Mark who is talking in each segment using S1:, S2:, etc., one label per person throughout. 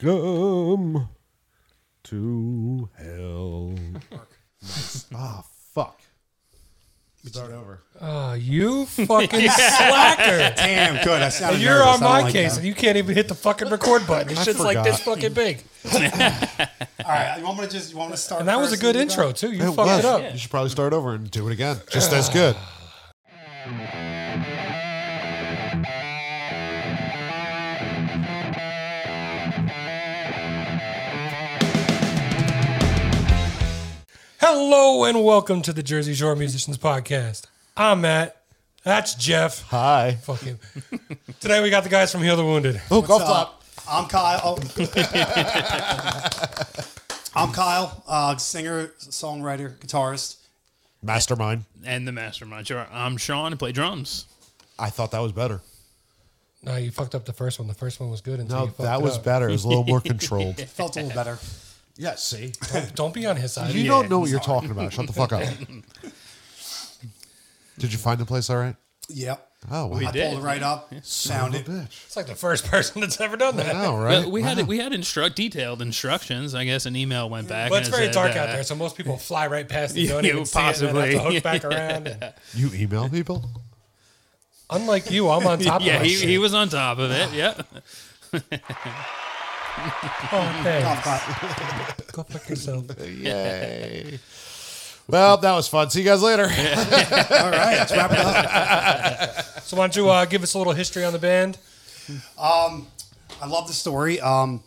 S1: Welcome to hell. ah, fuck.
S2: Start over.
S3: Uh, you fucking slacker.
S2: Damn, good. I sounded
S3: You're
S2: nervous.
S3: on
S2: I don't
S3: my
S2: like
S3: case
S2: that.
S3: and you can't even hit the fucking record button. This shit's like this fucking big.
S2: All right, you want me to just you want me to start?
S3: And that was a
S2: first
S3: good
S2: and you
S3: intro
S2: go?
S3: too. You fucked it up.
S1: You should probably start over and do it again. Just as good.
S3: Hello and welcome to the Jersey Shore Musicians Podcast. I'm Matt. That's Jeff.
S1: Hi.
S3: Fuck him. Today we got the guys from Heal the Wounded.
S1: Oh, go
S2: So,
S1: flop.
S2: I'm Kyle. I'm Kyle, uh, singer, songwriter, guitarist.
S1: Mastermind.
S4: and the mastermind. Sure, I'm Sean. I play drums.
S1: I thought that was better.
S3: No, you fucked up the first one. The first one was good until you
S1: No,
S3: fucked
S1: that
S3: it
S1: was
S3: up.
S1: better. It was a little more controlled.
S2: Felt a little better.
S1: Yeah, see?
S3: Don't be on his side.
S1: You don't know what you're talking about. Shut the fuck up. Did you find the place all right?
S2: Yep.
S1: Oh, wow.
S2: I
S4: did.
S2: pulled it right up.
S1: Son of a
S2: Sounded.
S1: bitch.
S3: It's like the first person that's ever done that.
S1: I know,
S4: Well,
S1: right?
S4: we had
S1: Wow.
S4: we had instruct detailed instructions. I guess an email went back.
S3: But it's
S4: and it
S3: very
S4: said,
S3: dark
S4: uh,
S3: out there, so most people fly right past it.
S4: Yeah,
S3: Don't even
S4: possibly.
S3: see it, and then have to hook back around. And
S1: You email people?
S3: unlike you, I'm on top of
S4: Yeah,
S3: my
S4: he,
S3: shit.
S4: he was on top of it. Yeah,
S3: Oh,
S2: Oh,
S3: thanks.
S2: God.
S3: Go fuck yourself.
S1: Yay. Well, that was fun. See you guys later.
S2: All right, let's wrap it up.
S3: So why don't you uh, give us a little history on the band?
S2: I love the story. Um,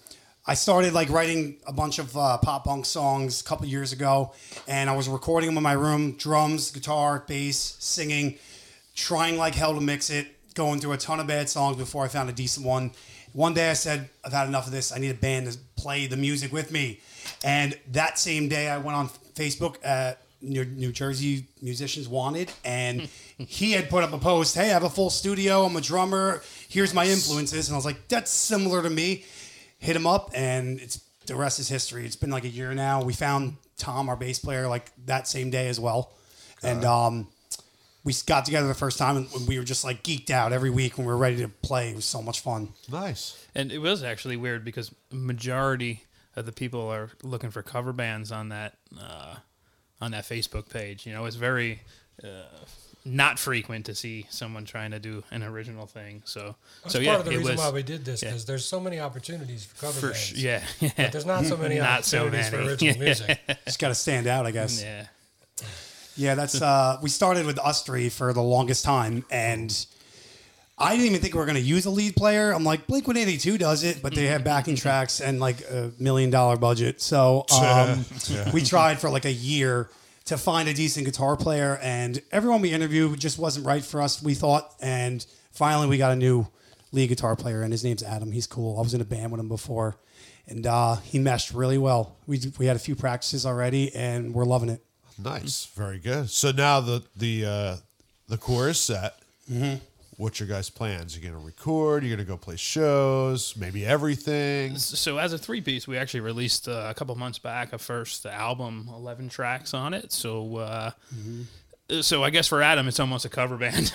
S2: I started like writing a bunch of uh, pop punk songs a couple years ago, and I was recording them in my room: drums, guitar, bass, singing, trying like hell to mix it, going through a ton of bad songs before I found a decent one. One day I said, "I've had enough of this. I need a band to play the music with me." And that same day, I went on Facebook at New, New Jersey Musicians Wanted, and he had put up a post, "Hey, I have a full studio. I'm a drummer. Here's my influences." And I was like, "That's similar to me." Hit him up, and it's the rest is history. It's been like a year now. We found Tom, our bass player, like that same day as well, and um, we got together the first time, and we were just like geeked out every week when we were ready to play. It was so much fun.
S1: Nice.
S4: and it was actually weird because majority of the people are looking for cover bands on that uh, on that Facebook page. You know, it's very uh, not frequent to see someone trying to do an original thing. So,
S3: That's
S4: so
S3: part
S4: yeah,
S3: of the
S4: it
S3: reason
S4: was
S3: why we did this because there's so many opportunities for cover
S4: for
S3: bands.
S4: sh- yeah,
S3: But there's not so many
S4: Not so
S3: opportunities for
S4: many.
S3: original music.
S2: Just got to stand out, I guess.
S4: yeah.
S2: Yeah, that's uh we started with us three for the longest time and I didn't even think we were gonna use a lead player. I'm like, Blink 182 does it, but they have backing tracks and like a million dollar budget. So um, we tried for like a year to find a decent guitar player, and everyone we interviewed just wasn't right for us. We thought, and finally we got a new lead guitar player, and his name's Adam. He's cool. I was in a band with him before, and uh, he meshed really well. We we had a few practices already, and we're loving it.
S1: Nice. Very good. So now the the uh, the core is set. Mm-hmm. What's your guys' plans? You're gonna record. You're gonna go play shows. Maybe everything.
S4: so as a three piece, we actually released uh, a couple months back a first album, eleven tracks on it. So, uh,
S3: Mm-hmm.
S4: so I guess for Adam, it's almost a cover band.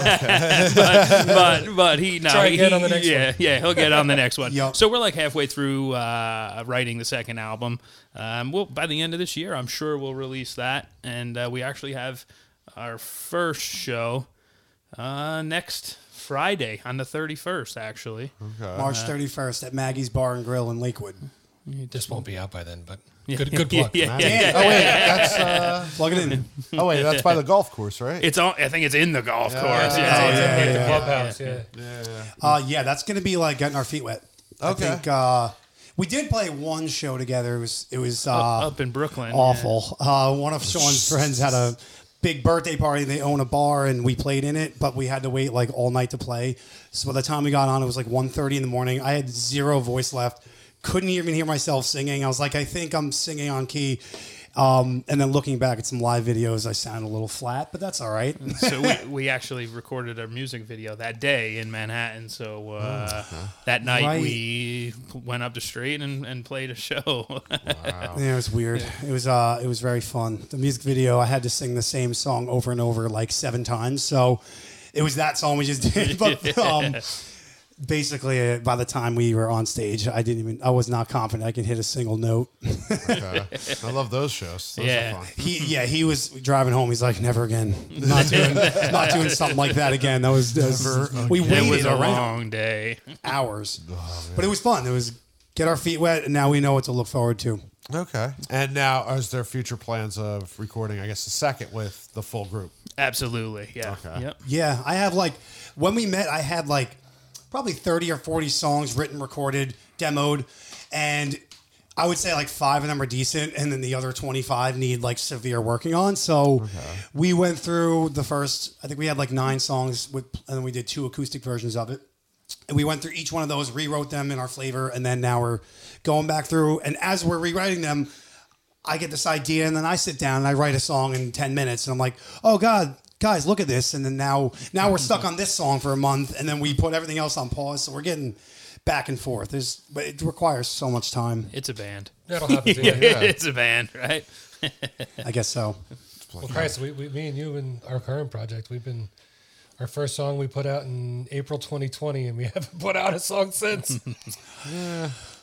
S4: but, but but he no,
S3: Oh, Try
S4: he,
S3: again on the next
S4: yeah
S3: one.
S4: yeah he'll get on the next one.
S2: Yup.
S4: So we're like halfway through uh, writing the second album. Um, well, by the end of this year, I'm sure we'll release that, and uh, we actually have our first show uh, next Friday on the 31st. Actually,
S2: March 31st at Maggie's Bar and Grill in Lakewood.
S3: this won't be out by then, but good, good plug.
S4: yeah, yeah.
S1: Oh wait, that's uh,
S2: Plug it in.
S1: oh wait, that's by the golf course, right?
S4: It's on. I think it's in the golf course.
S3: Oh,
S4: Yeah,
S3: it's
S4: yeah,
S3: at
S4: yeah.
S3: the clubhouse. Yeah.
S2: Uh, yeah, that's going to be like getting our feet wet. I
S1: Okay.
S2: think uh, we did play one show together. It was it was uh,
S4: up in Brooklyn.
S2: awful. Uh, one of Sean's friends had a big birthday party. They own a bar, and we played in it, but we had to wait like all night to play. So by the time we got on, it was like 1.30 in the morning. I had zero voice left. Couldn't even hear myself singing. I was like, I think I'm singing on key. Um, and then looking back at some live videos, I sound a little flat, but that's all right.
S4: Yeah. so we, we actually recorded a music video that day in Manhattan. So uh, that night
S2: Right.
S4: we went up the street and, and played a show.
S2: Yeah, it was weird. It was uh, it was very fun. The music video, I had to sing the same song over and over like seven times. So it was that song we just did. But um, basically uh, by the time we were on stage, I didn't even I was not confident I could hit a single note.
S1: I love those shows. Those
S4: Yeah.
S1: are fun.
S2: He yeah, he was driving home. He's like, never again. Not doing not doing something like that again. That was, that was- we waited
S4: It was a
S2: around
S4: long day.
S2: hours, but it was fun. It was get our feet wet, and now we know what to look forward to.
S1: Okay. And now, is there future plans of recording? I guess the second with the full group.
S4: Absolutely. Yeah.
S1: Okay.
S4: Yep.
S2: Yeah, I have like when we met, I had like probably thirty or forty songs written, recorded, demoed, and I would say like five of them are decent, and then the other twenty five need like severe working on. So we went through the first. I think we had like nine songs with, and then we did two acoustic versions of it. And we went through each one of those, rewrote them in our flavor, and then now we're going back through. And as we're rewriting them, I get this idea, and then I sit down and I write a song in ten minutes, and I'm like, "Oh God, guys, look at this!" And then now, now we're stuck on this song for a month, and then we put everything else on pause. So we're getting back and forth. There's, but it requires so much time.
S4: It's a band.
S3: That'll happen to you.
S4: it's a band, right?
S2: I guess so.
S3: Well, Christ, we, we, me and you and our current project, we've been our first song we put out in April 2020, and we haven't put out a song since.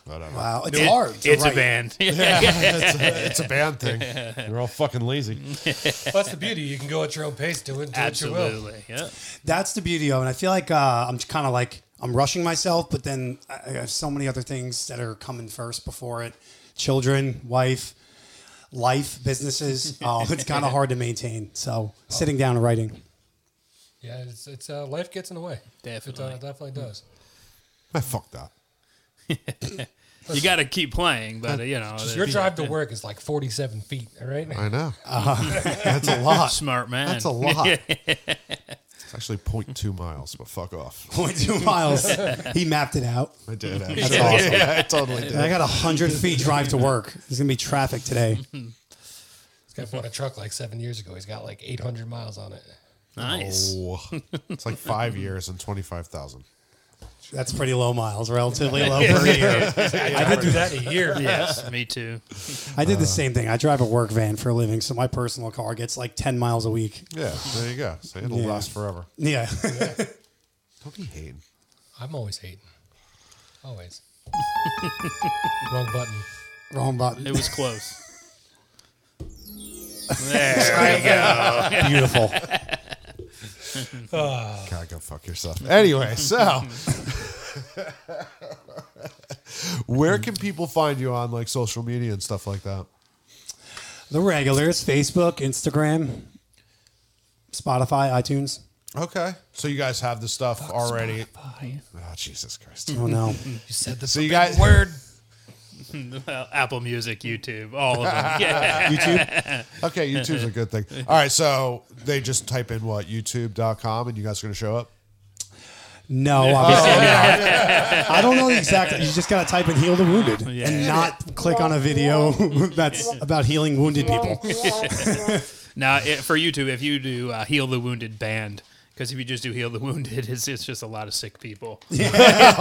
S1: Whatever.
S2: Wow, it's
S4: It-
S2: hard. to
S4: it's
S2: write.
S4: a band.
S1: it's, a, it's a band thing. You're all fucking lazy.
S3: That's the beauty. You can go at your own pace, do it, do what you will.
S4: Absolutely. Yeah.
S2: That's the beauty of it. I feel like uh, I'm kind of like I'm rushing myself, but then I I have so many other things that are coming first before it: children, wife, life, businesses. Oh, it's kind of hard to maintain. So sitting down and writing.
S3: Yeah, it's, it's uh, life gets in the way.
S4: Definitely.
S3: it, uh, definitely does.
S1: I fucked up.
S4: You got to keep playing, but uh, you know,
S3: Your
S4: yeah.
S3: drive to work is like 47 feet. All right,
S1: I know.
S2: That's a lot.
S4: Smart man.
S2: That's a lot.
S1: It's actually 0.2 miles, but fuck off.
S2: 0.2 miles. He mapped it out.
S1: I did. Actually.
S2: That's awesome.
S1: Yeah, I totally did.
S2: And I got a hundred feet drive to work. There's gonna be traffic today.
S3: this guy bought a truck like seven years ago. He's got like 800 miles on it.
S4: Nice.
S1: Oh. It's like five years and 25,000.
S2: That's pretty low miles, relatively low per year.
S3: I could do that in a year.
S4: Yes, me too.
S2: I did the same thing. I drive a work van for a living, so my personal car gets like ten miles a week.
S1: Yeah, there you go. So it'll
S2: Yeah.
S1: last forever.
S2: Yeah.
S1: Don't be hating.
S3: I'm always hating. Always. Wrong button.
S2: Wrong
S4: It
S2: button.
S4: was close. There.
S2: Beautiful.
S1: God, go fuck yourself. Anyway, so where can people find you on like social media and stuff like that?
S2: The regulars, Facebook, Instagram, Spotify, iTunes.
S1: Okay. So you guys have the stuff already. Oh, Jesus Christ.
S2: Oh no.
S3: You said the
S1: So you guys
S3: word.
S4: Well, Apple Music, YouTube, all of them. Yeah.
S2: YouTube.
S1: Okay, YouTube's a good thing. All right, so they just type in what youtube.com and you guys are going to show up.
S2: No, obviously not. I don't know the exact. You just gotta type in "heal the wounded" and not click on a video that's about healing wounded people.
S4: Now, it, for YouTube, if you do uh, Heal the Wounded Band, because if you just do Heal the Wounded, it's, it's just a lot of sick people.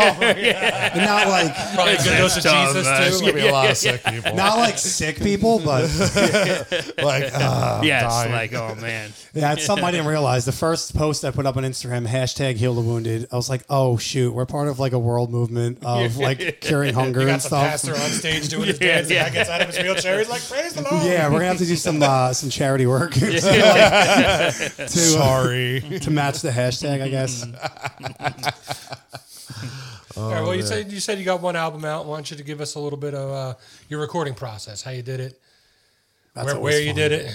S2: And not like
S3: Probably a good dose of
S4: Tom,
S3: Jesus,
S4: uh,
S3: too.
S1: There's going to be a lot of sick people.
S2: not like sick people, but
S1: like, uh,
S4: yes,
S1: dying.
S4: like, oh man.
S2: yeah, it's something I didn't realize. The first post I put up on Instagram, hashtag heal the wounded, I was like, oh shoot, we're part of like a world movement of like curing hunger
S3: You got
S2: and
S3: the
S2: stuff.
S3: pastor on stage doing his dance. The guy gets out of his wheelchair. He's like, praise
S1: uh,
S3: the Lord.
S2: Yeah, we're gonna have to do some uh, some charity work to, like, to, uh,
S1: sorry.
S2: to match the hashtag, I guess.
S3: Mm. All right, well, you said, you said you got one album out. I want you to give us a little bit of uh, your recording process, how you did it,
S2: That's
S3: where,
S2: always
S3: where you
S2: fun.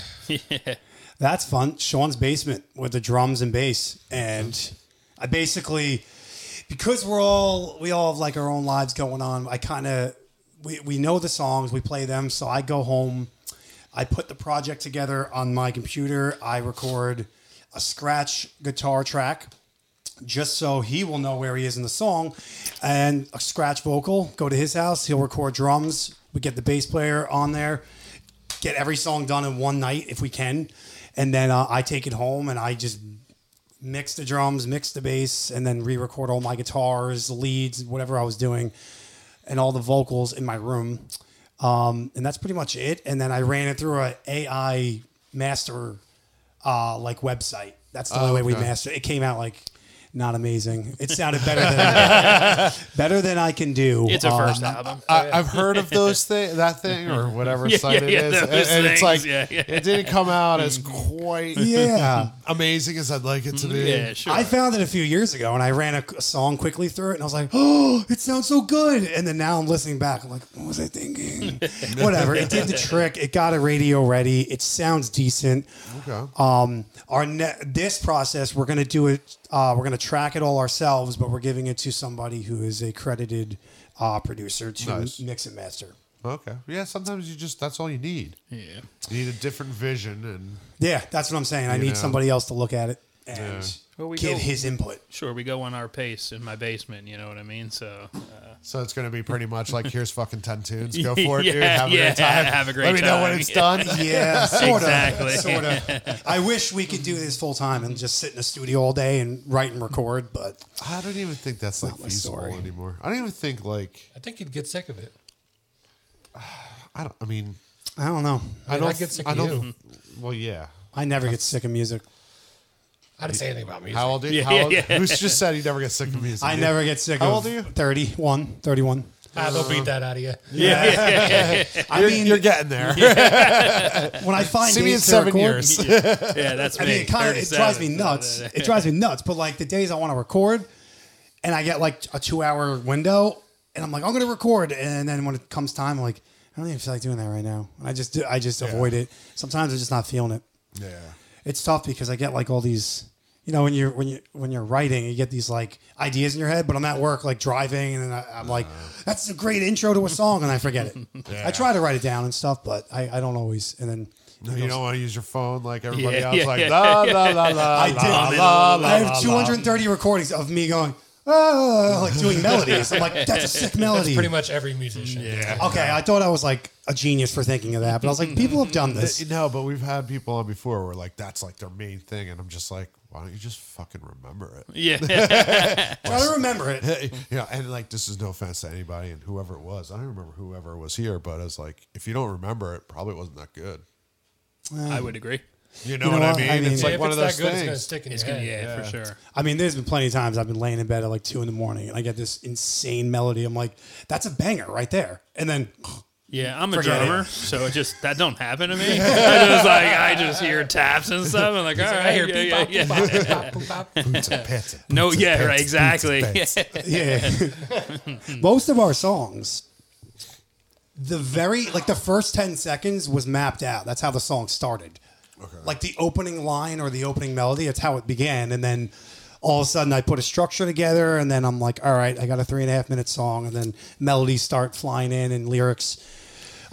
S3: did it.
S2: That's fun. Sean's basement with the drums and bass. And I basically, because we're all, we all have like our own lives going on, I kind of, we, we know the songs, we play them. So I go home, I put the project together on my computer, I record a scratch guitar track just so he will know where he is in the song and a scratch vocal go to his house he'll record drums we get the bass player on there get every song done in one night if we can. And then uh, I take it home and I just mix the drums, mix the bass, and then re record all my guitars, leads, whatever I was doing, and all the vocals in my room. Um, and that's pretty much it. And then I ran it through a AI master uh, like website. That's the only way we
S1: okay.
S2: mastered it. Came out like not amazing. It sounded better than better than I can do.
S4: It's a
S2: Um,
S4: first album.
S1: I, I've heard of those thing, that thing, or whatever
S4: Oh, Yeah,
S1: site it
S4: yeah,
S1: is,
S4: yeah,
S1: and,
S4: those
S1: and it's like
S4: things, yeah, yeah.
S1: it didn't come out as quite
S2: Uh, Yeah,
S1: amazing as I'd like it to be.
S4: yeah, sure.
S2: I found it a few years ago, and I ran a, a song quickly through it, and I was like, "Oh, it sounds so good!" And then now I'm listening back, I'm like, "What was I thinking?" Whatever. It did the trick. It got it radio ready. It sounds decent.
S1: Okay.
S2: Um, our ne- this process, we're gonna do it. Uh, we're gonna track it all ourselves, but we're giving it to somebody who is a credited uh, producer to
S1: Nice.
S2: mix and master.
S1: Okay. Yeah. Sometimes you just that's all you need.
S4: yeah.
S1: You need a different vision, and
S2: Yeah, that's what I'm saying. I
S1: You
S2: need
S1: know.
S2: somebody else to look at it and
S4: Well, we
S2: give
S4: go-
S2: his input.
S4: Sure, we go on our pace in my basement. You know what I mean? So uh,
S1: so it's going to be pretty much like here's fucking ten tunes. Go for it, dude.
S4: Yeah,
S1: Have a
S4: yeah,
S1: great time.
S4: have a great
S1: Let me know when
S4: time.
S1: it's done.
S2: Yeah, sort
S4: Exactly.
S2: of. Sort of. I wish we could do this full time and just sit in a studio all day and write and record, but
S1: I don't even think that's like
S2: Not my
S1: feasible
S2: story.
S1: anymore. I don't even think like
S3: I think you'd get sick of it.
S1: I don't. I mean,
S2: I don't know.
S1: I
S3: mean,
S1: don't.
S3: I'd get sick
S1: I
S3: of
S1: don't. Well, yeah.
S2: I never get sick of music.
S3: I didn't say anything about music.
S1: How old are you?
S4: Yeah,
S1: How
S4: yeah,
S1: old-
S4: yeah.
S1: Who's just said he never gets sick of music?
S2: I
S1: dude?
S2: never get sick
S1: How
S2: of
S1: old are you?
S2: 31, 31.
S3: Ah, they'll beat that out of you.
S2: I
S1: You're,
S2: mean,
S1: you're getting there.
S2: when I find
S1: See me in
S2: days to
S1: seven
S2: record-
S1: years.
S4: yeah, that's
S2: I
S4: me.
S2: mean, it kind of it
S4: 37.
S2: drives me nuts. it drives me nuts. But like the days I want to record, and I get like a two-hour window, and I'm like, I'm gonna record, and then when it comes time, I'm like, I don't even feel like doing that right now. And I just do, I just avoid it. Sometimes I'm just not feeling it.
S1: Yeah.
S2: It's tough because I get like all these. You know, when you're when you when you're writing, you get these like ideas in your head. But I'm at work, like driving, and then I, I'm like,
S1: Uh-huh.
S2: "That's a great intro to a song," and I forget it. I try to write it down and stuff, but I, I don't always. And then
S1: No, you don't want to use your phone like everybody
S4: Yeah,
S1: else.
S4: yeah,
S1: like
S4: yeah.
S1: la la la la.
S2: I did.
S1: La, la, la,
S2: I have
S1: la,
S2: 230 recordings of me going, oh, like doing melodies. I'm like, that's a sick melody.
S3: Pretty much every musician. Yeah.
S2: okay, I thought I was like a genius for thinking of that, but I was like, people have done
S1: la.
S2: this.
S1: No, but we've had people on before where like that's like their main thing, and I'm just like, why don't you just fucking remember it?
S4: Yeah,
S2: Try to remember it.
S1: you know, and like this is no offense to anybody and whoever it was. I don't remember whoever was here, but it's like if you don't remember it, probably wasn't that good.
S4: I would agree.
S1: You know,
S2: know
S1: what, I
S2: what?
S1: mean?
S2: I mean-
S1: it's
S3: Yeah,
S1: like
S3: if
S1: one
S3: it's
S1: of those
S3: that good, it's gonna
S1: things.
S3: stick in
S4: It's
S3: your
S4: gonna,
S3: head.
S4: yeah, for sure.
S2: I mean, there's been plenty of times I've been laying in bed at like two in the morning and I get this insane melody. I'm like, that's a banger right there. And then,
S4: Yeah, I'm a
S2: Forget it.
S4: drummer, so it just that don't happen to me. I just like I just hear taps and stuff. I'm like, all right,
S3: I hear
S4: yeah, yeah,
S3: beep,
S4: yeah.
S3: bop, boop, bop, boop, bop, boop.
S1: Boots and pants and
S4: No,
S1: boots and
S4: yeah,
S1: pants,
S4: right,
S1: boots and
S4: exactly.
S1: pants.
S2: yeah. Most of our songs, the very, like the first 10 seconds was mapped out. That's how the song started.
S1: Okay.
S2: like the opening line or the opening melody. That's how it began, and then all of a sudden I put a structure together, and then I'm like, all right, I got a three and a half minute song, and then melodies start flying in and lyrics.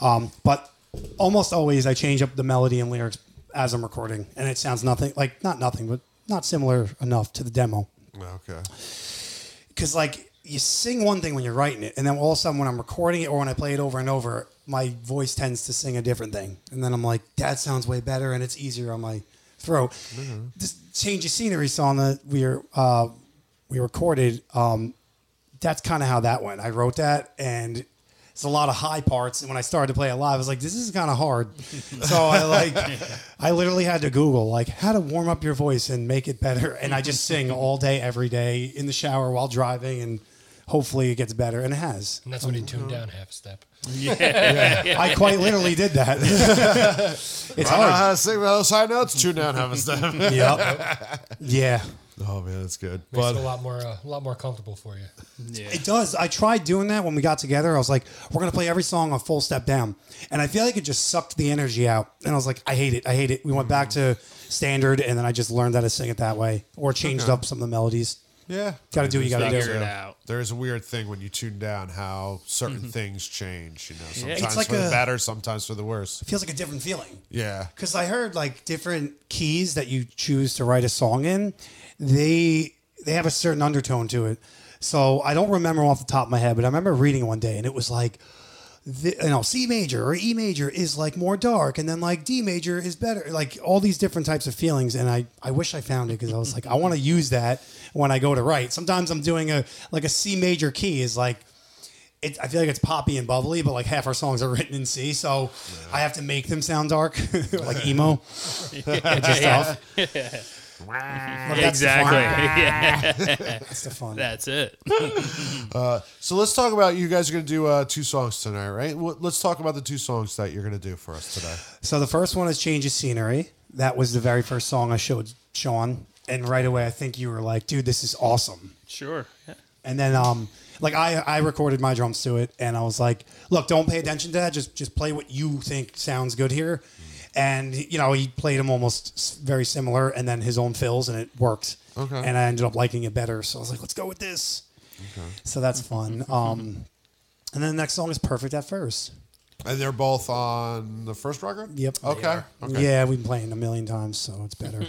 S2: Um, but almost always I change up the melody and lyrics as I'm recording, and it sounds nothing like not nothing, but not similar enough to the demo
S1: okay.
S2: because like you sing one thing when you're writing it, and then all of a sudden when I'm recording it or when I play it over and over, my voice tends to sing a different thing, and then I'm like, that sounds way better, and it's easier on my throat. This change of scenery song that we are uh, we recorded, um, that's kind of how that went. I wrote that and. It's a lot of high parts, and when I started to play it live, I was like, "This is kind of hard." so I like, I literally had to Google like how to warm up your voice and make it better, and I just sing all day, every day in the shower while driving, and hopefully it gets better, and it has.
S3: And that's when he tuned down half a step.
S2: I quite literally did that. it's
S1: I don't know
S2: hard.
S1: how to sing those high uh, notes. Tune down, have a step.
S2: Yep. Yeah.
S1: Oh man, that's good.
S3: Makes
S1: But
S3: it a lot more, uh, a lot more comfortable for you.
S4: Yeah.
S2: It does. I tried doing that when we got together. I was like, we're going to play every song a full step down. And I feel like it just sucked the energy out. And I was like, I hate it. I hate it. We went back to standard, and then I just learned how to sing it that way or changed up some of the melodies.
S1: yeah,
S2: Gotta do what you gotta
S1: there's
S2: do.
S1: a-
S4: Figure it out.
S1: There's a weird thing when you tune down how certain things change. You know, sometimes
S2: Mm-hmm. It's like
S1: for the
S2: a-
S1: better, sometimes for the worse.
S2: It feels like a different feeling.
S1: Yeah,
S2: because I heard like different keys that you choose to write a song in, they they have a certain undertone to it. So I don't remember off the top of my head, but I remember reading one day and it was like, the, you know, C major or E major is like more dark, and then like D major is better. Like all these different types of feelings, and I I wish I found it because I was like I want to use that when I go to write. Sometimes I'm doing a like a C major key is like it, I feel like it's poppy and bubbly, but like half our songs are written in C, so I have to make them sound dark, like emo, which is tough. But that's the fun-
S4: exactly. yeah,
S2: That's the fun.
S4: that's it.
S1: So let's talk about you guys are going to do uh, two songs tonight, right? Well, let's talk about the two songs that you're going to do for us today.
S2: So the first one is Change of Scenery. That was the very first song I showed Sean. And right away, I think you were like, dude, this is awesome.
S4: Sure. Yeah.
S2: And then, um, like I, I recorded my drums to it, and I was like, "Look, don't pay attention to that. Just, just play what you think sounds good here." And you know, he played them almost s- very similar, and then his own fills, and it worked.
S1: Okay.
S2: And I ended up liking it better, so I was like, "Let's go with this." Okay. So that's fun. Um, and then the next song is "Perfect at First.
S1: And they're both on the first record?
S2: Yep.
S1: Okay. Okay.
S2: Yeah, we've been playing a million times, so it's better.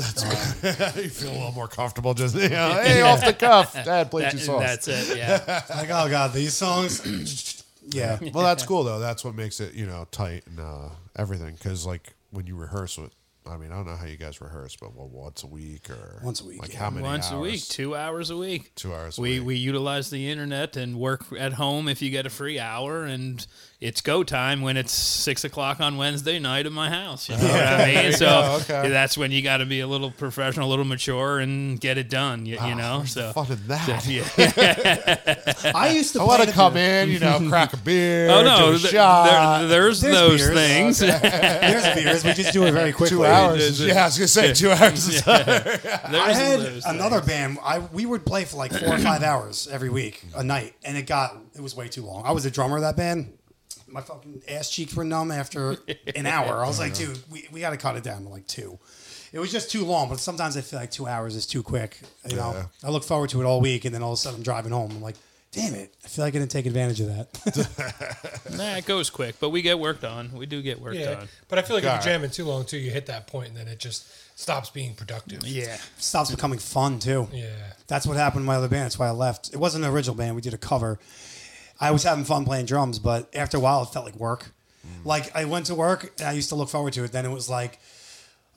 S1: you feel a little more comfortable just, you know, hey, off the cuff. Dad, play
S4: That-
S1: two songs.
S4: that's it. Yeah.
S2: like, oh god, these songs. yeah.
S1: well, that's cool, though. That's what makes it, you know, tight and uh, everything. Because, like, when you rehearse with, I mean, I don't know how you guys rehearse, but well, once a week or
S2: Once a week,
S1: Like
S2: yeah.
S1: how many
S4: Once a
S1: hours?
S4: week, two hours a week.
S1: Two hours. a
S4: We
S1: week.
S4: we utilize the internet and work at home if you get a free hour, and it's go time when it's six o'clock on Wednesday night at my house. You know what I mean? So
S1: go, okay.
S4: that's when you got to be a little professional, a little mature, and get it done. You, you know, so.
S1: Fun in that.
S4: uh, yeah.
S2: I used to.
S1: I
S2: play
S1: want to
S2: the-
S1: come in, you know, crack a beer.
S4: oh no,
S1: do a
S4: th-
S1: shot.
S4: there- there's,
S2: There's
S4: those
S2: beers.
S4: things.
S2: There's beers. We just do it very quickly.
S1: two hours.
S4: Yeah,
S1: Yeah, I was gonna say two hours. is-
S4: There's
S2: I had
S4: those
S2: another
S4: things.
S2: band. I we would play for like four or five hours every week, a night, and it got it was way too long. I was a drummer of that band. My fucking ass cheeks were numb after an hour. I was like, dude, we, we got to cut it down to like two. It was just too long, but sometimes I feel like two hours is too quick. You know, I look forward to it all week, and then all of a sudden I'm driving home. I'm like, damn it, I feel like I didn't take advantage of that.
S4: Nah, it goes quick, but we get worked on. We do get worked
S3: Yeah,
S4: on.
S3: but I feel like
S1: Alright.
S3: if you're jamming too long too, you hit that point and then it just stops being productive.
S4: Yeah.
S2: Stops becoming fun too.
S3: Yeah.
S2: That's what happened to my other band. That's why I left. It wasn't an original band. We did a cover. I was having fun playing drums, but after a while, it felt like work. Like I went to work and I used to look forward to it. Then it was like,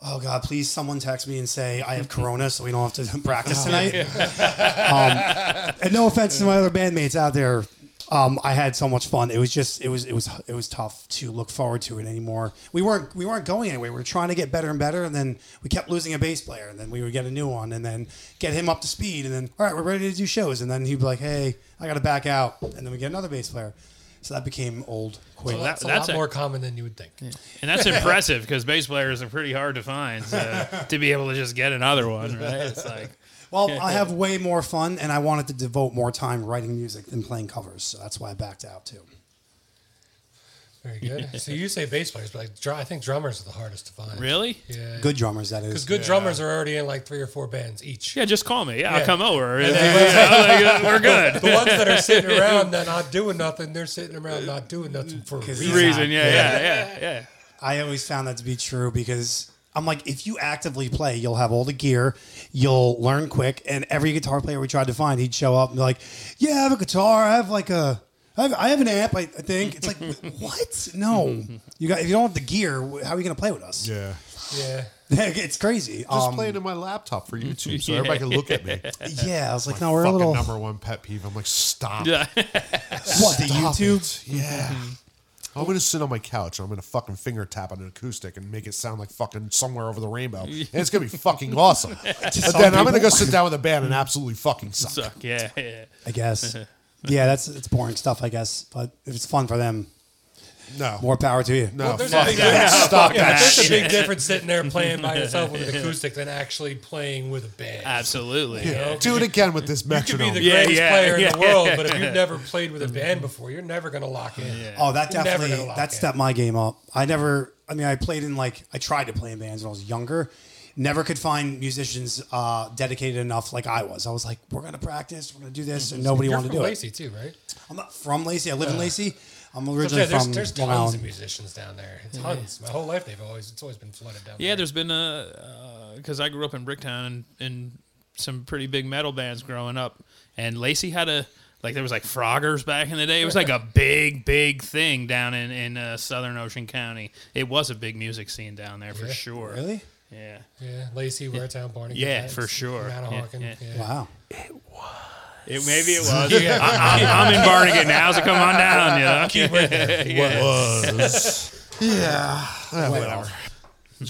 S2: oh god, please someone text me and say I have corona, so we don't have to practice tonight. um, and no offense to my other bandmates out there. Um, I had so much fun. It was just, it was, it was, it was tough to look forward to it anymore. We weren't, we weren't going anywhere. We were trying to get better and better, and then we kept losing a bass player, and then we would get a new one, and then get him up to speed, and then all right, we're ready to do shows, and then he'd be like, hey, I got to back out, and then we get another bass player. So that became old quick.
S4: Well, that-
S3: It's a
S4: that's
S3: lot
S4: a-
S3: more common than you would think.
S4: And that's impressive because bass players are pretty hard to find. So to be able to just get another one, right? It's like,
S2: Well, I have way more fun, and I wanted to devote more time writing music than playing covers, so that's why I backed out too.
S3: Very good. so you say bass players, but like, dr- I think drummers are the hardest to find.
S4: really?
S3: Yeah.
S2: Good drummers, that
S3: Because
S2: is.
S3: good drummers are already in like three or four bands each.
S4: Yeah, just call me. Yeah, I'll
S3: Yeah.
S4: come over. You know, like, uh, we're
S3: The
S4: good.
S3: ones that are sitting around that not doing nothing, they're sitting around not doing nothing for a reason.
S2: he's
S4: Reason,
S2: not-
S4: yeah, yeah, yeah, yeah.
S2: I always found that to be true because I'm like, if you actively play, you'll have all the gear, you'll learn quick, and every guitar player we tried to find, he'd show up and be like, "Yeah, I have a guitar. I have like a, I have, I have an amp. I, I think it's like, what? No, you got if you don't have the gear, wh- how are you gonna play with us?
S1: yeah.
S3: Yeah.
S2: it's crazy.
S1: I was
S2: Um,
S1: playing in my laptop for YouTube, so everybody can look at me.
S2: yeah, I was like, no, we're a
S1: Fucking
S2: little
S1: number one pet peeve. I'm like, stop.
S4: Yeah.
S2: what the
S1: Stop
S2: YouTube.
S1: it. Yeah. I'm gonna sit on my couch and I'm gonna fucking finger tap on an acoustic and make it sound like fucking somewhere over the rainbow. And it's gonna be fucking awesome. But
S2: some
S1: then I'm gonna go
S2: people.
S1: sit down with a band and absolutely fucking suck.
S4: Suck. Yeah, yeah.
S2: I guess. yeah, that's it's boring stuff, I guess. But if it's fun for them,
S1: No.
S2: more power to you.
S1: no,
S3: there's
S1: fuck
S3: a big-
S1: that.
S3: yeah.
S1: Stop
S3: Yeah,
S1: that
S3: there's
S1: shit.
S3: a big difference sitting there playing by yourself with an acoustic than actually playing with a band.
S4: Absolutely.
S3: You know?
S1: Do it again with this
S3: You could be
S1: metronome.
S3: the
S4: Yeah,
S3: greatest
S4: yeah,
S3: player in
S4: yeah.
S3: the world, but if you've never played with a band before, you're never going to lock in.
S2: Oh, that
S3: You're never
S2: definitely
S3: gonna lock
S2: that
S3: in.
S2: stepped my game up. I never. I mean, I played in like I tried to play in bands when I was younger. Never could find musicians uh, dedicated enough like I was. I was like, we're gonna practice, we're gonna do this, and nobody
S3: Mm-hmm. You're
S2: wanted to
S3: from
S2: do
S3: Lacey too, right?
S2: it. I'm not from Lacey. I live in Lacey. I'm
S3: But
S2: originally
S3: yeah, there's,
S2: from
S3: there's
S2: Long
S3: tons of
S2: Island.
S3: musicians down there. Tons. My whole life, they've always it's always been flooded down
S4: Yeah,
S3: there.
S4: there's been a because I grew up in Bricktown and, and some pretty big metal bands growing up, and Lacey had a like there was like Froggers back in the day. It was like a big, big thing down in in uh, Southern Ocean County. It was a big music scene down there for sure.
S2: Really?
S4: Yeah.
S3: yeah, Lacey, Waretown, Barney.
S4: Yeah, for sure.
S3: Manahawkin.
S4: Yeah,
S3: Yeah,
S2: Wow.
S4: It, maybe it was. I, am I'm in Barnegat now, so come on down. You know?
S3: Keep right there.
S1: was. yeah.
S2: Wow.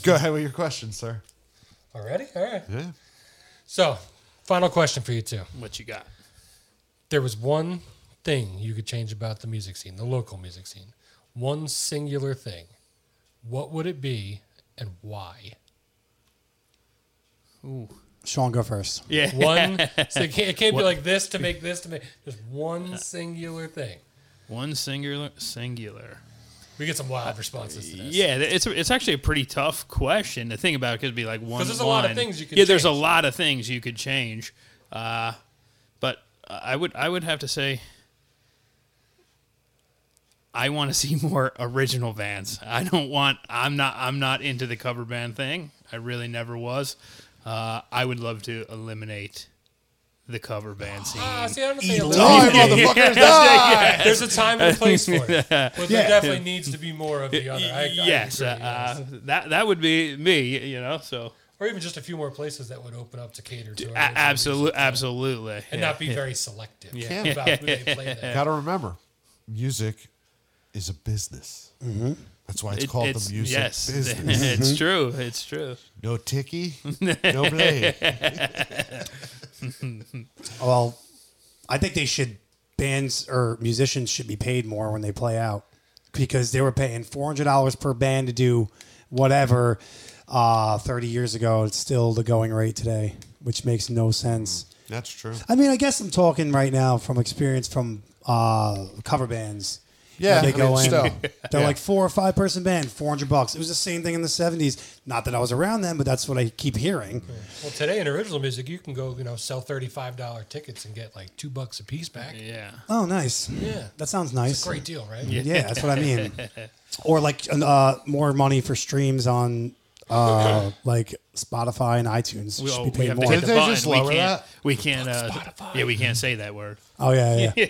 S1: Go ahead with your question, sir.
S3: Already? All right.
S1: Yeah.
S3: So, final question for you two.
S4: What you got?
S3: There was one thing you could change about the music scene, the local music scene. One singular thing. What would it be and why?
S2: Sean, go first.
S4: Yeah.
S3: One, so it can't, it can't be like this to make this to make just one singular thing.
S4: One singular singular.
S3: We get some wild responses to this.
S4: Yeah, th- it's it's actually a pretty tough question to think about. It could be like one.
S3: 'Cause there's a lot of
S4: one.
S3: things you could
S4: Yeah, there's a
S3: change.
S4: lot of things you could change, uh, but I would I would have to say. I want to see more original bands. I don't want. I'm not. I'm not into the cover band thing. I really never was. Uh, I would love to eliminate the cover band scene.
S3: Ah, see, I don't say
S1: Die,
S3: eliminate.
S1: motherfuckers, die!
S3: There's a time and a place for it, but there
S2: Yeah.
S3: definitely needs to be more of the other. I, I
S4: yes,
S3: agree,
S4: uh, uh, that that would be me. You know, so
S3: or even just a few more places that would open up to cater to.
S4: A-
S3: our
S4: absolutely, absolutely.
S3: and not be very selective
S4: Yeah.
S3: about who they play there.
S1: Got to remember, music is a business. That's why it's
S4: It-
S1: called
S4: it's-
S1: the music
S4: yes,
S1: business.
S4: it's true. It's true.
S1: No ticky, no blade.
S2: Well, I think they should bands or musicians should be paid more when they play out because they were paying four hundred dollars per band to do whatever uh, thirty years ago. It's still the going rate today, which makes no sense.
S1: That's true.
S2: I mean, I guess I'm talking right now from experience from uh, cover bands.
S1: Yeah,
S2: they
S1: I
S2: go
S1: mean,
S2: in.
S1: still.
S2: They're
S1: Yeah.
S2: like four or five person band, four hundred bucks. It was the same thing in the '70s. Not that I was around then, but that's what I keep hearing.
S3: Well, today in original music, you can go, you know, sell thirty-five dollar tickets and get like two bucks a piece back.
S4: Yeah.
S2: Oh, nice.
S3: Yeah.
S2: that sounds nice.
S3: Great deal, right?
S2: Yeah, that's what I mean. Or like uh, more money for streams on uh, like Spotify and iTunes.
S4: We,
S2: Should
S4: oh,
S2: be
S4: we
S2: paid
S4: have
S2: more.
S4: to hit
S1: Did
S4: the
S1: they
S4: button.
S1: just
S4: we
S1: lower
S4: can't.
S1: that?
S4: We can't. Uh, yeah, we can't say that word.
S2: Oh yeah, yeah. yeah.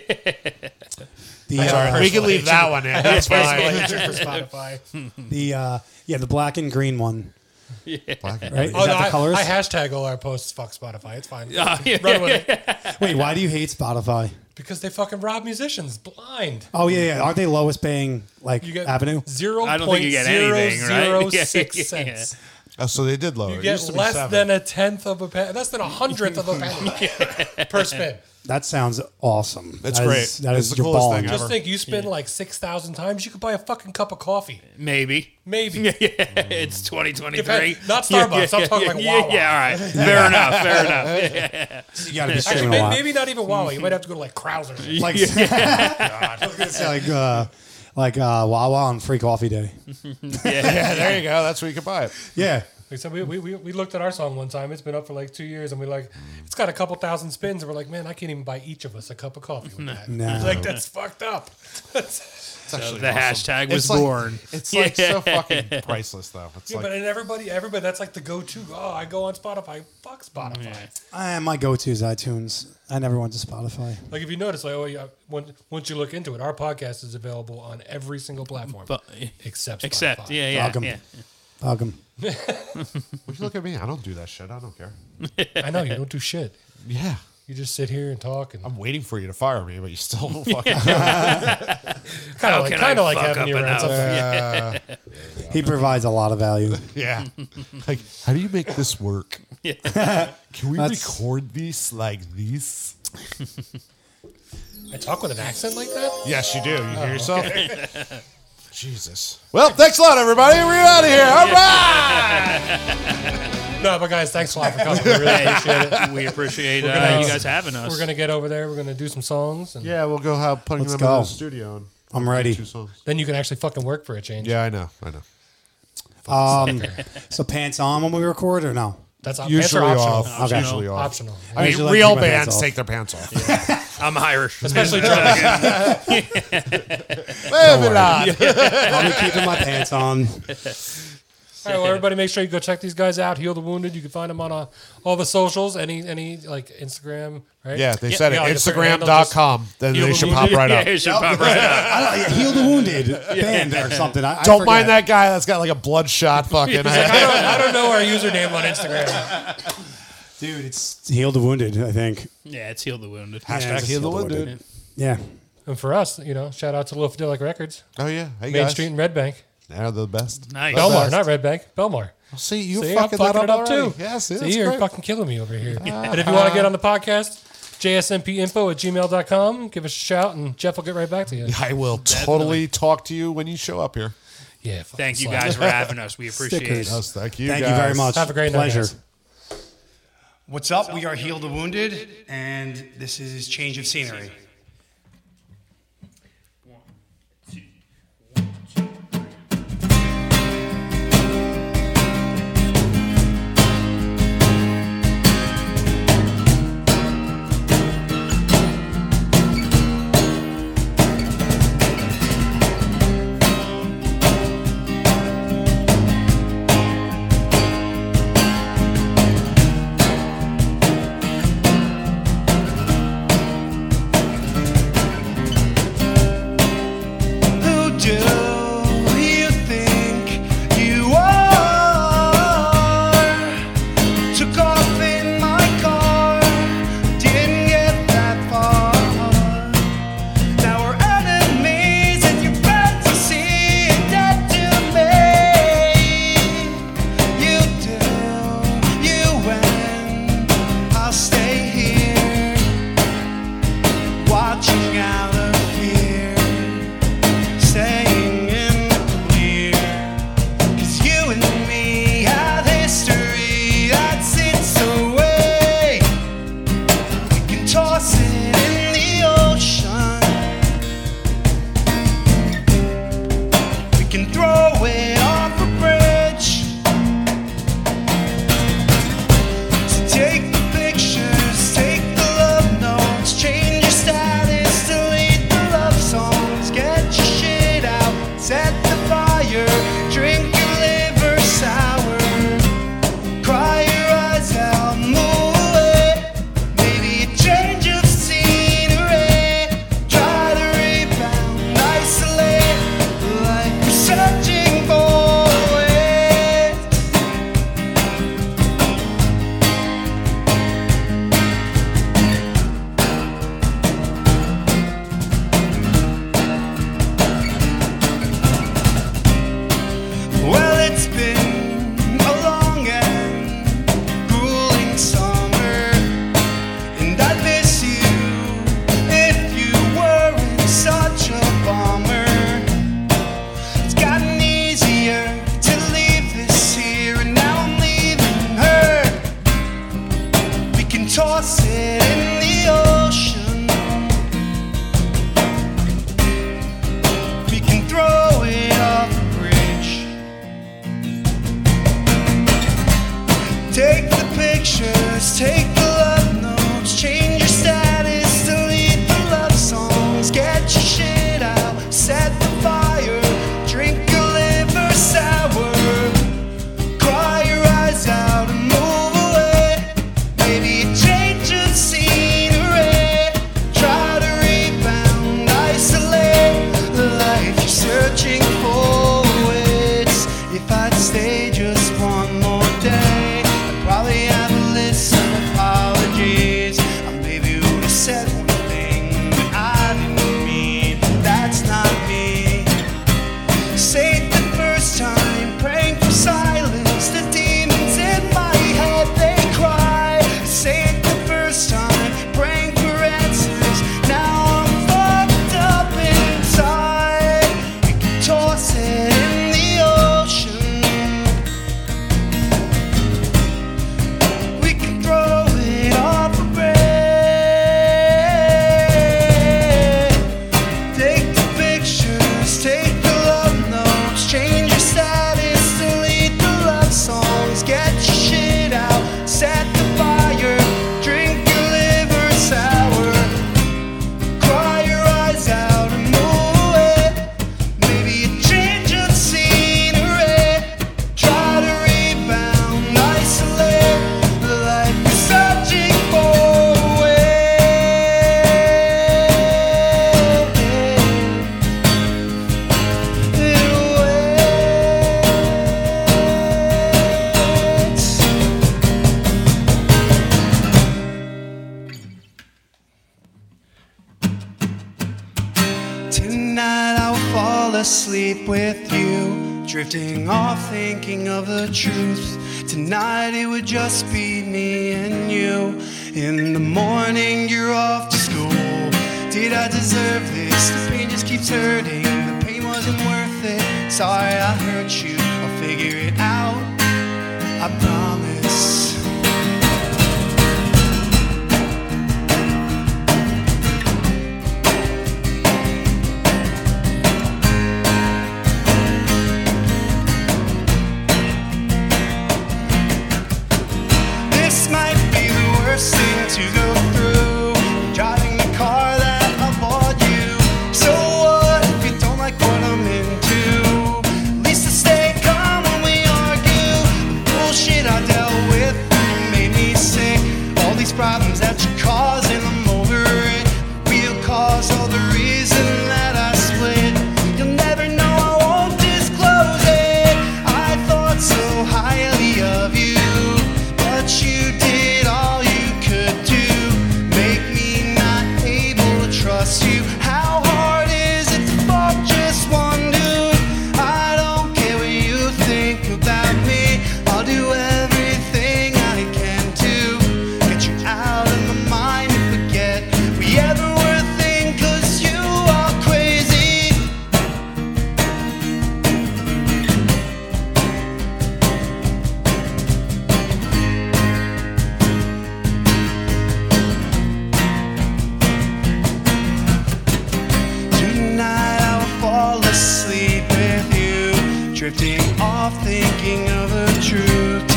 S2: the uh,
S1: we can leave that one in. That's fine.
S3: For Spotify.
S2: the uh, yeah the black and green one.
S1: Black and white.
S2: Right? that the
S3: Oh, I,
S2: colors?
S3: I hashtag all our posts. Fuck Spotify. It's fine.
S4: Uh, yeah,
S3: Run with it
S2: Wait, why do you hate Spotify?
S3: because they fucking rob musicians blind.
S2: Oh yeah, yeah. Aren't they lowest paying like
S3: You get
S2: avenue?
S3: zero
S4: I don't think you get anything, right? Yeah, yeah.
S3: cents.
S1: Oh, so they did lower.
S3: You
S1: it. It
S3: get
S1: used to be
S3: less
S1: seven.
S3: than a tenth of a penny. Less than a hundredth of a penny per spin.
S2: That sounds awesome.
S1: That's
S2: That is-
S1: great.
S2: that
S1: That's
S2: is
S1: the
S2: your
S1: coolest
S2: ball.
S1: thing
S3: Just
S1: Ever.
S3: think, you spin like six thousand times, you could buy a fucking cup of coffee,
S4: Maybe.
S3: maybe.
S4: it's
S1: Mm.
S4: 2023.
S3: Depends- not Starbucks, I'm talking like
S4: yeah,
S3: Wawa.
S4: yeah, all right. Fair enough. Fair enough.
S2: You gotta be
S3: Actually,
S2: streaming a
S3: may-
S2: lot.
S3: maybe not even Wawa. You might have to go to like Krauser. or something.
S2: like, I was gonna say, like, uh, like uh, Wawa on free coffee day.
S1: Yeah, there you go. That's where you can buy it.
S2: Yeah,
S3: Like, So we, we, we we looked at our song one time. It's been up for like two years, and we like it's got a couple thousand spins, and we're like, man, I can't even buy each of us a cup of coffee with that.
S2: No.
S3: Like that's fucked up. That's-
S1: It's actually
S4: the
S1: awesome.
S4: hashtag was
S1: It's like-
S4: born.
S1: It's like so fucking priceless, though. It's
S3: yeah,
S1: like
S3: but and everybody everybody that's like the go to. Oh, I go on Spotify. Fuck Spotify.
S2: I, my go-to is iTunes. I never went to Spotify.
S3: Like if you notice, like oh yeah, once once you look into it, our podcast is available on every single platform
S4: But,
S3: except Spotify.
S4: except, yeah, yeah,
S2: Welcome.
S4: yeah.
S2: Fuck 'em.
S1: Would you look at me? I don't do that shit. I don't care.
S3: I know you don't do shit.
S1: Yeah.
S3: You just sit here and talk and
S1: I'm waiting for you to fire me, but you still don't fucking.
S3: kind
S4: How
S3: of like
S4: can
S3: kind
S4: I
S3: of like
S4: fuck
S3: having
S4: up
S3: you around.
S4: enough?
S3: sometimes.
S2: He provides a lot of value.
S1: Yeah. Like, how do you make this work? Can we
S2: That's-
S1: record this like this?
S3: I talk with an accent like that.
S1: Yes, you do. You hear yourself? Jesus. Well, thanks a lot, everybody. We're out of here. All right.
S3: No, but guys, thanks a lot for coming. We really appreciate it.
S4: We appreciate
S3: gonna-
S4: uh, you guys having us.
S3: We're gonna get over there. We're gonna do some songs, and
S1: Yeah, we'll go have putting
S2: Let's
S1: them in
S2: go.
S1: the studio and
S2: I'm ready.
S1: two songs.
S3: then you can actually fucking work for a change.
S1: Yeah, I know. I know.
S2: Um, so pants on when we record or no?
S3: that's op- that's our
S1: Usually off.
S3: optional.
S2: Okay.
S1: Usually off.
S3: Optional.
S1: I mean,
S2: usually like
S1: real
S2: to take my
S1: bands
S2: pants off.
S1: take their pants off.
S4: I'm Irish.
S3: Especially drums.
S1: Moving on.
S2: I'll be keeping my pants on.
S3: All right, well, everybody, make sure you go check these guys out. Heal the wounded. You can find them on uh, all the socials. Any any like Instagram, right?
S1: Yeah, they said
S3: yeah, like
S1: it.
S3: a fair handle, just-
S1: Instagram.com. Then
S3: You
S1: they
S3: know,
S1: should
S3: we
S1: pop
S3: do-
S1: right up.
S4: Yeah, it should pop right up.
S2: I don't, heal the wounded band or something. I, I
S1: Don't
S2: forget.
S1: mind that guy that's got like a bloodshot fucking
S3: He's like, I, don't, I don't know our username on Instagram.
S2: dude. It's heal the wounded. I think.
S4: Yeah, it's heal the wounded.
S2: Yeah,
S1: hashtag.
S2: just
S1: Heal the
S2: heal the
S1: wounded.
S2: wounded. Yeah.
S3: And for us, you know, shout out to Little Fidelic Records,
S1: Oh yeah, hey
S3: Main
S1: guys.
S3: Street in Red Bank.
S1: They're the best.
S4: Nice.
S1: The
S4: Belmar,
S1: best.
S3: Belmar, not Red Bank. Belmar.
S1: See, you
S3: See, I'm
S1: fucking that
S3: fucking it up
S1: already.
S3: too.
S1: Yeah, see,
S3: See,
S1: that's
S3: you're
S1: great. Ah.
S3: fucking killing me over here. and if you want to get on the podcast, jsmpinfo at gmail.com, give us a shout, and Jeff will get right back to you.
S1: I will totally talk to you when you show up here.
S3: Yeah. fucking
S4: Thank you
S3: slap.
S4: guys for having us. We appreciate
S2: Stickers.
S4: it.
S1: Yes, thank you.
S2: Thank you
S1: guys.
S2: very much.
S3: Have a great night,
S2: pleasure.
S3: guys.
S2: What's up? We are Heal the Wounded, and this is Change of Scenery.
S5: Who do you think you are? Took off in my car, didn't get that far. Now we're enemies, and your fantasy is dead to me. You do, you when I'll stay here, watching out of here staying in the clear. 'Cause you and me have history that sits away. We can toss it in the ocean. We can throw it off a bridge. So take the pictures, take the love notes, change your status, delete the love songs, get your shit out, set the fire, drink your liver sour, cry your eyes out, move away. Maybe a change of scenery, try to rebound, isolate, like we're searching for a way. Well, it's been a long and grueling summer, and I'd miss you if you weren't such a bummer. It's gotten easier to leave this here, and now I'm leaving her. We can toss it in the ocean. We can throw it off a bridge. Take the pictures, take the love notes, change your status, delete the love songs, get your shit out, set the fire, drink your liver sour, cry your eyes out and move away. Maybe a change of scenery, try to rebound, isolate the life you're searching for. It's if I'd stay just one more day, I'd probably have a list of apologies. I maybe would have said one thing that I didn't mean. That's not me. Saved the first time, praying for silence. The demons in my head, they cry. Saved the first time, praying for answers. Now I'm fucked up inside. We can toss it in the ocean. We can throw it off a bridge. Take the pictures, take the love notes, change your status, delete the love songs, get your shit out, set the fire, drink your liver sour, cry your eyes out and move away. Maybe a change of scenery, try to rebound, isolate the life you're searching for. Away. Tonight I'll fall fall asleep with you, drifting off thinking of the truth. Tonight it would just be me and you. In the morning you're off to school. Did I deserve this? The pain just keeps hurting. The pain wasn't worth it. Sorry I hurt you. I'll figure it out. I promise. This might be the worst thing to go through. Driving the car that I bought you. So what if you don't like what I'm into? At least I stay calm when we argue. The bullshit I dealt with made me sick. All these problems that you're causing, I'm over it. Real cause, all the reason that I split. You'll never know, I won't disclose it. I thought so highly of you, but you did all you could do. Make me not able to trust you. How hard is it to fuck just one dude? I don't care what you think about me. I'll do everything I can to get you out of my mind and forget we ever were a thing, 'cause you are crazy. Tonight I will fall asleep with you, drifting off thinking of the truth.